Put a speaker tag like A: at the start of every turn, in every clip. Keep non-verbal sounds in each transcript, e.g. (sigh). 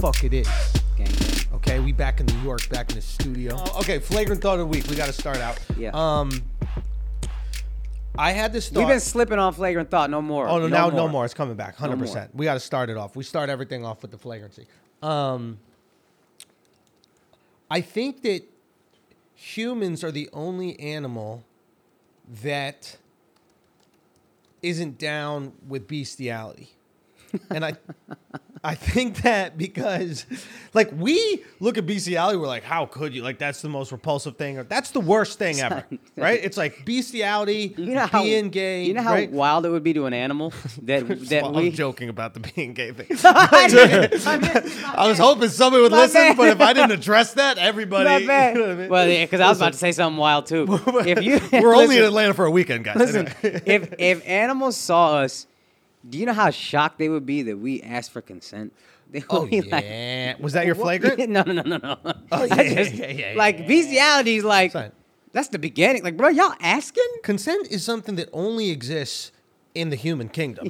A: fuck it is.
B: Gang, gang.
A: Okay, we back in New York, back in the studio. Oh, okay, flagrant thought of the week. We got to start out.
B: Yeah.
A: Um, I had this thought.
B: We've been slipping on flagrant thought. No more.
A: Oh no, now no more. It's coming back, hundred percent. We got to start it off. We start everything off with the flagrancy. Um, I think that humans are the only animal that isn't down with bestiality, and I, I think that because, like, we look at bestiality, we're like, how could you? Like, that's the most repulsive thing, or that's the worst thing ever, right? It's like bestiality,
B: You know how
A: being gay.
B: You know how
A: right?
B: wild it would be to
A: (laughs)
B: an animal that that
A: Well,
B: we.
A: I'm joking about the (laughs) being gay thing.
B: (laughs) I did- I
A: (laughs)
B: did-
A: I was hoping somebody would
B: My
A: listen,
B: bad.
A: but if I didn't address that, everybody.
B: My
A: (laughs)
B: bad.
A: you know what I mean?
B: Well, because I was about to say something wild too. If you,
A: (laughs)
B: (laughs)
A: We're only in
B: listen,
A: Atlanta for a weekend, guys.
B: Listen,
A: Anyway. (laughs)
B: if if animals saw us, do you know how shocked they would be that we asked for consent? (laughs) They would
A: Oh
B: be like,
A: yeah. Was that your
B: (laughs)
A: flagrant?
B: no, no, no, no, no.
A: Oh, yeah,
B: (laughs) I
A: yeah, yeah, yeah,
B: like
A: yeah.
B: bestiality is like
A: Son.
B: that's the beginning. Like, bro, y'all asking?
A: Consent is something that only exists in the human
B: (laughs)
A: kingdom.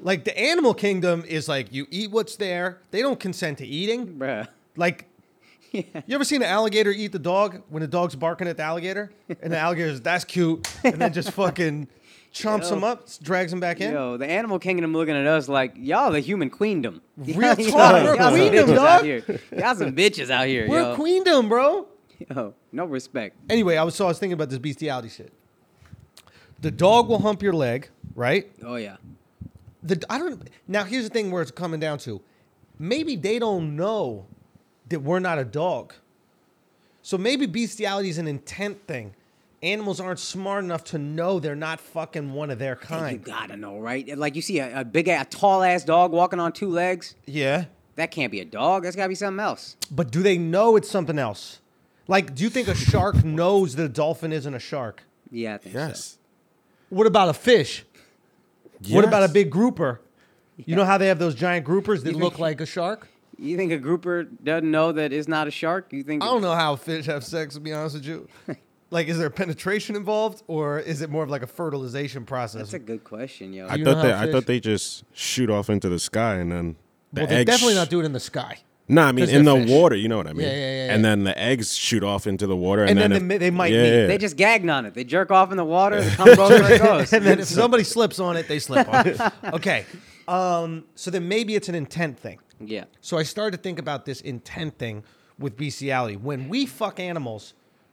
A: like the animal kingdom is like you eat what's there. They don't consent to eating.
B: Bruh.
A: Like. You ever seen an alligator eat the dog when the dog's barking at the alligator and the alligator's that's cute and then
B: (laughs)
A: just fucking chomps
B: Yo.
A: him up, drags him back in?
B: Yo, the animal kingdom looking at us like y'all the human queendom. (laughs)
A: Real
B: Y'all-
A: talk,
B: y'all
A: we're
B: some
A: queendom,
B: bitches
A: dog.
B: out here. Y'all some bitches out here,
A: We're
B: yo.
A: queendom, bro.
B: yo. No respect.
A: Anyway, I was so I was thinking about this bestiality shit. The dog will hump your leg, right?
B: Oh yeah.
A: The I don't. Now here's the thing where it's coming down to, maybe they don't know that we're not a dog. So maybe bestiality is an intent thing. Animals aren't smart enough to know they're not fucking one of their
B: Hey, You
A: kind.
B: gotta know, right? Like you see a, a big, a tall ass dog walking on two legs.
A: Yeah.
B: That can't be a dog. That's gotta be something else.
A: But do they know it's something else? Like, do you think a shark
B: (laughs)
A: knows that a dolphin isn't a shark?
B: Yeah, I think
C: Yes.
A: What about a fish? What about a
C: Yes.
A: big grouper? You know how they have those giant groupers that
B: Even-
A: look like a shark?
B: so. You think a grouper doesn't know that it's not a shark? You think?
A: I don't know how fish have sex, to be honest with (laughs) you. Like, is there penetration involved, or is it more of like a fertilization process?
B: That's a good question, yo.
A: You
C: I
A: know
C: thought they,
A: how
C: I
A: fish-
C: thought they just shoot off into the sky and then the
A: well, they
C: eggs.
A: definitely not do it in the sky.
C: Nah, I mean
A: 'cause
C: in
A: they're
C: the
A: fish.
C: water. You know what I mean?
A: Yeah, yeah, yeah,
C: And
A: yeah.
C: then the eggs shoot off into the water, and,
A: And then
C: if-
A: they- they might
C: yeah,
A: meet.
C: yeah.
B: They just gagging on it. They jerk off in the water.
A: (laughs)
B: It comes over and
A: (laughs)
B: goes.
A: And then if somebody slips on it, they slip on it. (laughs) Okay. Um, so then maybe it's an intent thing.
B: yeah.
A: So I started to think about this intent thing with bestiality. When we fuck animals,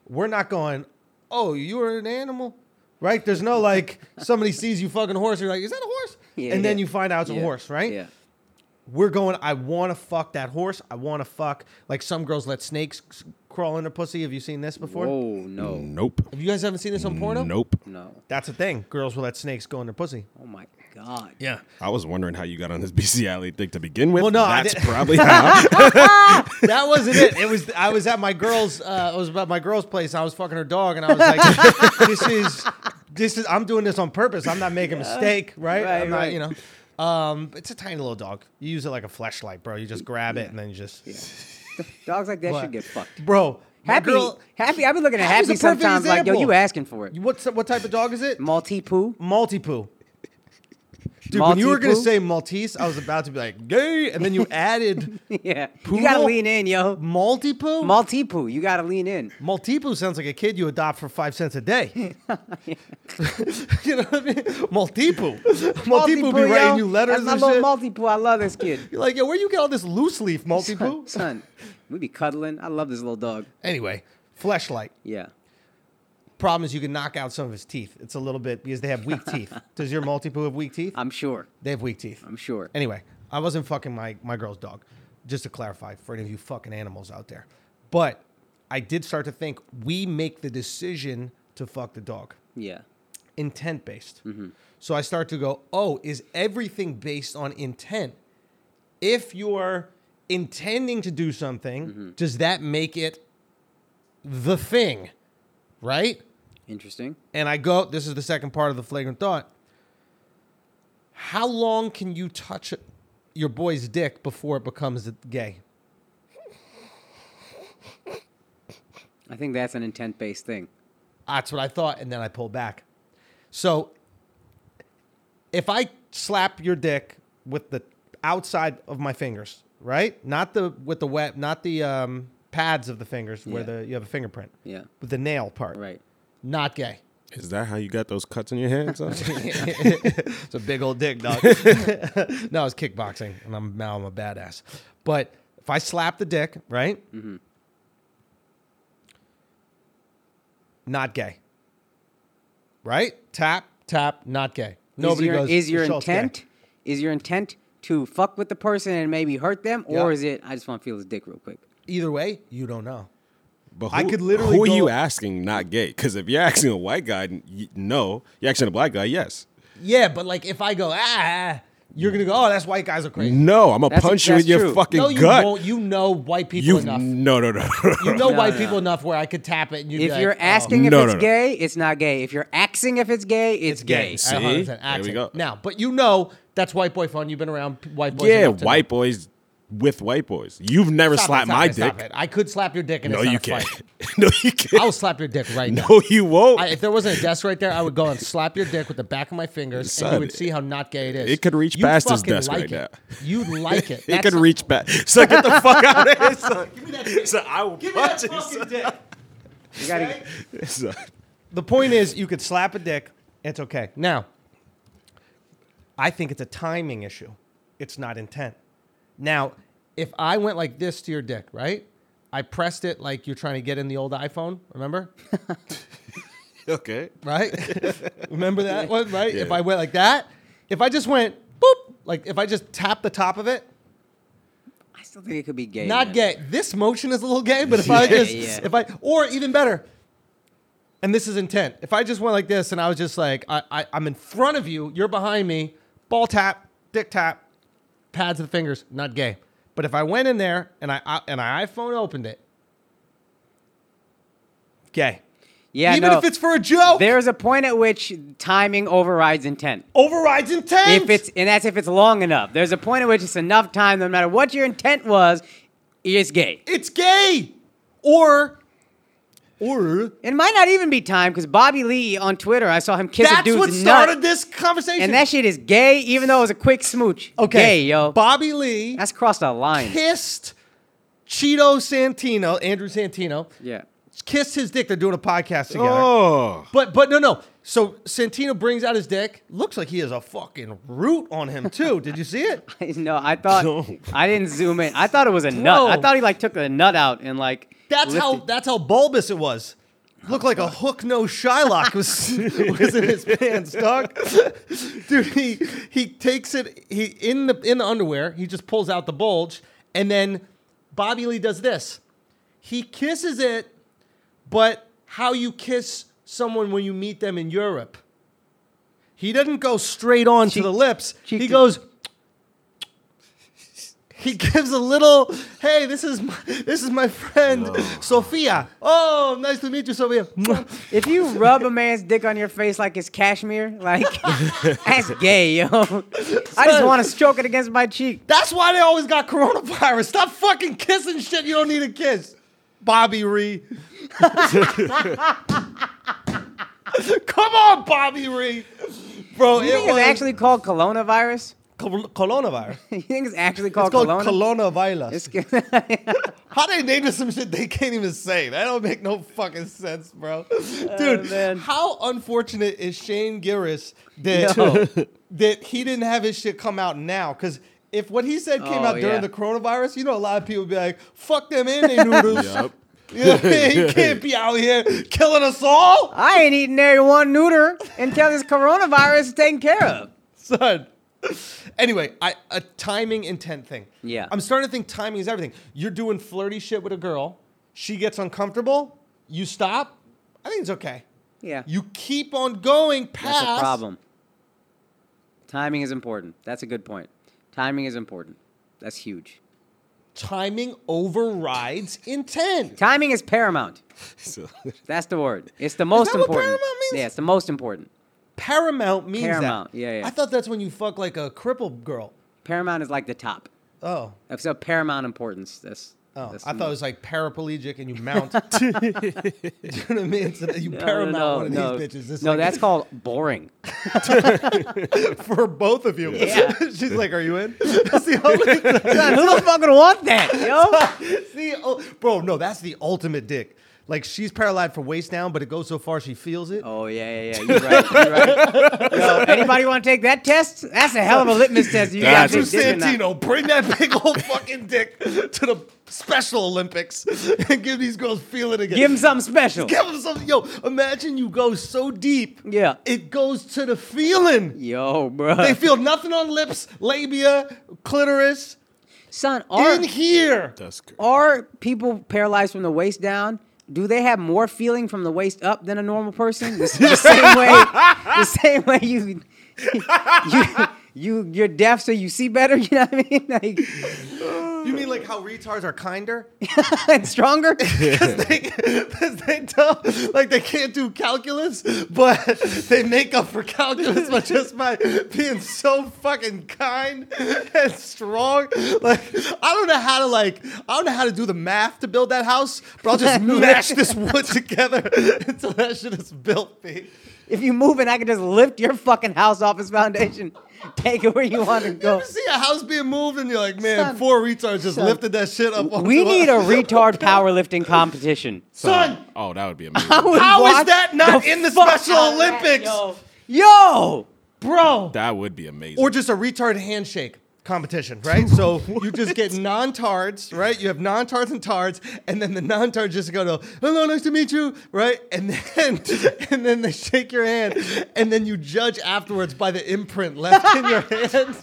A: we're not going, oh, you are an animal, right? There's no like
B: (laughs)
A: somebody sees you fucking a horse, you're like, is that a horse?
B: yeah
A: and then
B: yeah.
A: you find out it's
B: Yeah,
A: a horse, right?
B: Yeah.
A: We're going, I want to fuck that horse. I want to fuck. Like some girls let snakes s- crawl in their pussy. Have you seen this before?
B: Oh no,
C: Nope.
A: If you guys haven't seen this on porno,
C: Nope.
B: no.
A: That's a thing. Girls will let snakes go in their pussy.
B: Oh my god.
A: Yeah.
C: I was wondering how you got on this (laughs) bestiality thing to begin with.
A: Well, no, I
C: that's
A: did- (laughs)
C: probably how. (laughs)
A: That wasn't it. It was I was at my girl's. Uh, I was at my girl's place. I was fucking her dog, and I was like, "This is, this is. I'm doing this on purpose. I'm not making a mistake, right?
B: Right,
A: I'm not,
B: right.
A: You know, um, it's a tiny little dog. You use it like a fleshlight, bro. You just grab it and then you just,
B: Dogs like that
A: What?
B: should get fucked.
A: bro. my
B: Happy,
A: girl,
B: happy. I've been looking at
A: Happy's
B: happy
A: a perfect
B: sometimes. Like, yo,
A: example.
B: you asking for it?
A: what's what type of dog is it?
B: Maltese poo.
A: Multi poo. Dude, when you were gonna
B: Maltipoo?
A: say Maltese, I was about to be like, "Gay," and then you
B: (laughs)
A: added
B: (laughs) Yeah. You gotta
A: Poodle?
B: lean in, yo.
A: multi poo.
B: Maltese poo. You gotta lean in.
A: Maltipoo sounds like a kid you adopt for five cents a
B: (laughs)
A: day. (laughs) you know what I mean?
B: (laughs)
A: Maltipoo. Maltipoo be
B: Maltipoo,
A: writing
B: yo.
A: you letters
B: That's my
A: and
B: little
A: shit.
B: Maltipoo. I love this kid.
A: You're like, yo, where you get all this loose leaf
B: (laughs) Son,
A: Maltipoo?
B: son, we be cuddling. I love this little dog.
A: Anyway, fleshlight.
B: Yeah.
A: Problem is you can knock out some of his teeth. It's a little bit because they have weak
B: (laughs)
A: teeth. Does your Maltipoo have weak teeth?
B: I'm sure.
A: They have weak teeth.
B: I'm sure.
A: Anyway, I wasn't fucking my, my girl's dog, just to clarify for any of you fucking animals out there. But I did start to think we make the decision to fuck the dog.
B: Yeah.
A: intent based. So I start to go, oh, is everything based on intent? If you're intending to do something, does that make it the thing? Right?
B: Interesting.
A: And I go, this is the second part of the flagrant thought. How long can you touch your boy's dick before it becomes gay?
B: I think that's an intent based thing.
A: That's what I thought, and then I pulled back. So if I slap your dick with the outside of my fingers, right? Not the with the web, not the um, pads of the fingers where
B: Yeah.
A: the you have a fingerprint.
B: Yeah.
A: With the nail part.
B: Right.
A: Not gay.
C: Is that how you got those cuts in your
A: (laughs)
C: hands? son?
A: It's a big old dick,
B: (laughs)
A: dog. no, it's kickboxing, and I'm now I'm a badass. But if I slap the dick, right?
B: Mm-hmm.
A: Not gay. Right? Tap, tap, not gay. Nobody
B: is your,
A: goes.
B: is your
A: "Michelle's gay."
B: intent is your intent to fuck with the person and maybe hurt them, or
A: Yeah.
B: is it I just want to feel his dick real quick?
A: Either way, you don't know.
C: But who,
A: I could literally
C: Who are
A: go-
C: you asking? Not gay? Because if you're asking a white guy, y- no. You're asking a black guy, yes.
A: Yeah, but like if I go ah, you're gonna go. Oh, that's white guys are crazy.
C: No, I'm gonna
B: That's-
C: punch you
B: that's
C: in your
B: true.
C: fucking
A: No, you
C: gut.
A: won't. You know white people
C: You
A: enough.
C: no no no.
A: you know
B: No,
A: white
B: no.
A: people enough where I could tap it and you'd be
B: If
A: like,
B: you're
A: oh.
B: asking if
C: No,
B: it's
C: no, no.
B: gay, it's not gay. If you're axing if it's gay, it's, gay.
C: See?
A: I 100%
C: There we
A: accent.
C: go.
A: Now, but you know that's white boy fun. You've been around p- white boys.
C: yeah,
A: enough to
C: white boys with white boys. You've never
A: know. Stop it,
C: slapped
A: stop
C: my
A: it, stop
C: dick.
A: it. I could slap your dick and
C: No,
A: it's not
C: you
A: a fight.
C: can't. (laughs) no, you
A: (laughs) I will
C: can't.
A: slap your dick right now.
C: (laughs) No, you won't.
A: I, if there wasn't a desk right there, I would go and slap your dick with the back of my fingers, and you
C: Son,
A: would see how not gay it is.
C: it could reach
A: You'd
C: past his
A: fucking
C: desk
A: like
C: right
A: it.
C: now.
A: You'd like
C: (laughs)
A: it.
C: It
A: That's
C: could
A: a-
C: reach back. So get the fuck out of here. So, so I will
A: Give me that
C: punch you.
A: fucking
C: son.
A: dick.
B: You gotta,
C: So,
A: the point is you could slap a dick it's okay now i think it's a timing issue it's not intent now if i went like this to your dick right i pressed it like you're trying to get in the old iphone remember
C: okay.
A: right (laughs) remember that one right if
C: Yeah.
A: i went like that if i just went boop like if i just tap the top of it
B: I still think it could be gay.
A: not
B: man.
A: gay. This motion is a little gay, but if I
B: (laughs) Yeah,
A: just
B: yeah.
A: if I or even better, and this is intent. If I just went like this and I was just like I, I I'm in front of you, you're behind me, ball tap, dick tap, pads of the fingers, not gay. But if I went in there and I, I and I iPhone opened it, gay.
B: Yeah,
A: even
B: no.
A: if it's for a joke,
B: There's a point at which timing overrides intent.
A: overrides intent.
B: If it's and that's if it's long enough. There's a point at which it's enough time, no matter what your intent was, it's gay.
A: it's gay, or or
B: It might not even be time because Bobby Lee on Twitter, I saw him kiss a
A: that's
B: dude's
A: what
B: nut,
A: started this conversation.
B: and that shit is gay, even though it was a quick smooch.
A: okay,
B: gay, yo,
A: Bobby Lee.
B: that's crossed a line.
A: kissed Cheeto Santino, Andrew Santino,
B: Yeah, (laughs)
A: kissed his dick. They're doing a podcast together.
C: Oh.
A: But but no no. So Santino brings out his dick. Looks like he has a fucking root on him too. Did you see it?
B: no, I thought
C: No.
B: I didn't zoom in. I thought it was a nut. I
A: Bro.
B: thought he like took a nut out and like
A: That's how
B: lifted-
A: that's how bulbous it was. Looked like a hook nosed Shylock was, was in his pants, dog. (laughs) Dude, he he takes it he in the in the underwear, he just pulls out the bulge, and then Bobby Lee does this. He kisses it, but how you kiss someone when you meet them in Europe. He doesn't go straight on to
B: Cheek-
A: the lips.
B: cheek
A: He
B: to-
A: goes he gives a little hey this is my, this is my friend sophia oh nice to meet you sophia Mwah. (laughs)
B: If you rub a man's dick on your face like it's cashmere, like that's gay, yo. I just want to stroke it against my cheek.
A: that's why they always got coronavirus stop fucking kissing shit you don't need to kiss bobby ree (laughs) come on bobby ree bro
B: You think
A: it was
B: it's actually called coronavirus? (laughs)
A: col- coronavirus
B: You think it's actually
A: it's
B: called,
A: called
B: corona?
A: coronavirus
B: It's-
A: How they name this some shit they can't even say? That don't make no fucking sense, bro. Dude,
B: Oh, man.
A: how unfortunate is Shane Gillis that
B: Yo.
A: (laughs) that he didn't have his shit come out now? Because if what he said came
B: Oh,
A: out during
B: yeah.
A: the coronavirus, you know a lot of people be like, "Fuck them in they noodles."
C: (laughs) Yup.
A: You know what I mean? He can't be out here killing us all,
B: (laughs) I ain't eating every one neuter until this coronavirus is taken care of.
A: (laughs) son. Anyway, I, a timing intent thing.
B: Yeah.
A: I'm starting to think timing is everything. You're doing flirty shit with a girl. She gets uncomfortable. You stop. I think it's okay.
B: Yeah,
A: You keep on going past.
B: that's a problem. Timing is important. That's a good point. Timing is important. That's huge.
A: Timing overrides intent.
B: Timing is paramount.
C: So,
B: That's the word. It's the most
A: that what
B: important.
A: paramount means?
B: Yeah, it's the most important.
A: Paramount means
B: Paramount,
A: that.
B: yeah, yeah.
A: I thought that's when you fuck like a crippled girl.
B: Paramount is like the top.
A: Oh,
B: That's of paramount importance. That's
A: Oh,
B: That's
A: I thought it was like paraplegic and you
B: (laughs)
A: mount. (laughs) Do you know what I mean? So that you
B: No,
A: paramount
B: no,
A: one of
B: no.
A: these bitches. It's
B: no,
A: like-
B: that's called boring.
A: (laughs) for both of you.
B: Yeah.
A: (laughs) She's like, "Are you
B: (laughs)
A: in?" That's the only. (laughs)
B: God, who the fuck would want that, yo?
A: It's the ul- oh, bro, no, that's the ultimate dick. Like she's paralyzed from waist down, but it goes so far she feels it.
B: Oh yeah, yeah, yeah. You're right. You're right. Yo, anybody want to take that test? That's a hell of a litmus test. You got
C: That's
A: Andrew
B: this. this or not.
A: Santino, bring that big old fucking dick to the Special Olympics and give these girls feel it again.
B: Give him something special.
A: Give 'em something. Yo, imagine you go so deep,
B: Yeah.
A: it goes to the feeling.
B: Yo, bro.
A: They feel nothing on lips, labia, clitoris,
B: Son, are
A: in here.
C: That's good.
B: are people paralyzed from the waist down? Do they have more feeling from the waist up than a normal person? The, s- the
A: (laughs)
B: same way, the same way you, (laughs) you, you, you're deaf, so you see better. You know what I mean? (laughs) Like
A: You mean like how retards are kinder?
B: and stronger.
A: Because they, (laughs) 'cause they don't, like they can't do calculus, but they make up for calculus by just by being so fucking kind and strong. Like I don't know how to like I don't know how to do the math to build that house, but I'll
B: (laughs)
A: just mash this wood together until that shit is built. B.
B: If you move, and I can just lift your fucking house off its foundation, (laughs) take it where you want to
A: You
B: go.
A: ever see a house being moved and you're like, man,
B: Son.
A: four retards just
B: Son.
A: lifted that shit up.
B: We
A: onto
B: need a retard powerlifting competition.
A: son.
C: Oh, that would
A: (laughs)
C: be amazing.
A: How is
B: Watch
A: that not
B: the
A: in the
B: fuck
A: Special
B: out of that,
A: Olympics,
B: yo. Yo!
A: bro?
C: that would be amazing.
A: or just a retard handshake competition, right? So you just get non-tards, right? You have non-tards and tards, and then the non-tards just go to "Hello, nice to meet you," right? And then (laughs) and then they shake your hand, and then you judge afterwards by the imprint left in your hand.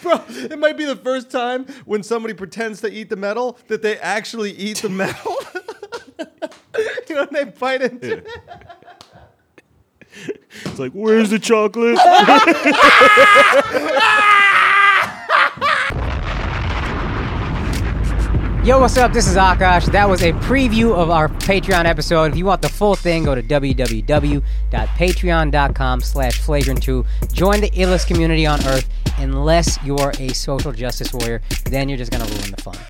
A: Bro, it might be the first time when somebody pretends to eat the metal that they actually eat the metal. (laughs) you know, they bite into it.
C: it's like, where's the chocolate?
B: Yo, what's up? This is Akash. That was a preview of our Patreon episode. If you want the full thing, go to www.patreon.com slash flagrant2. Join the illest community on earth unless you're a social justice warrior. Then you're just going to ruin the fun.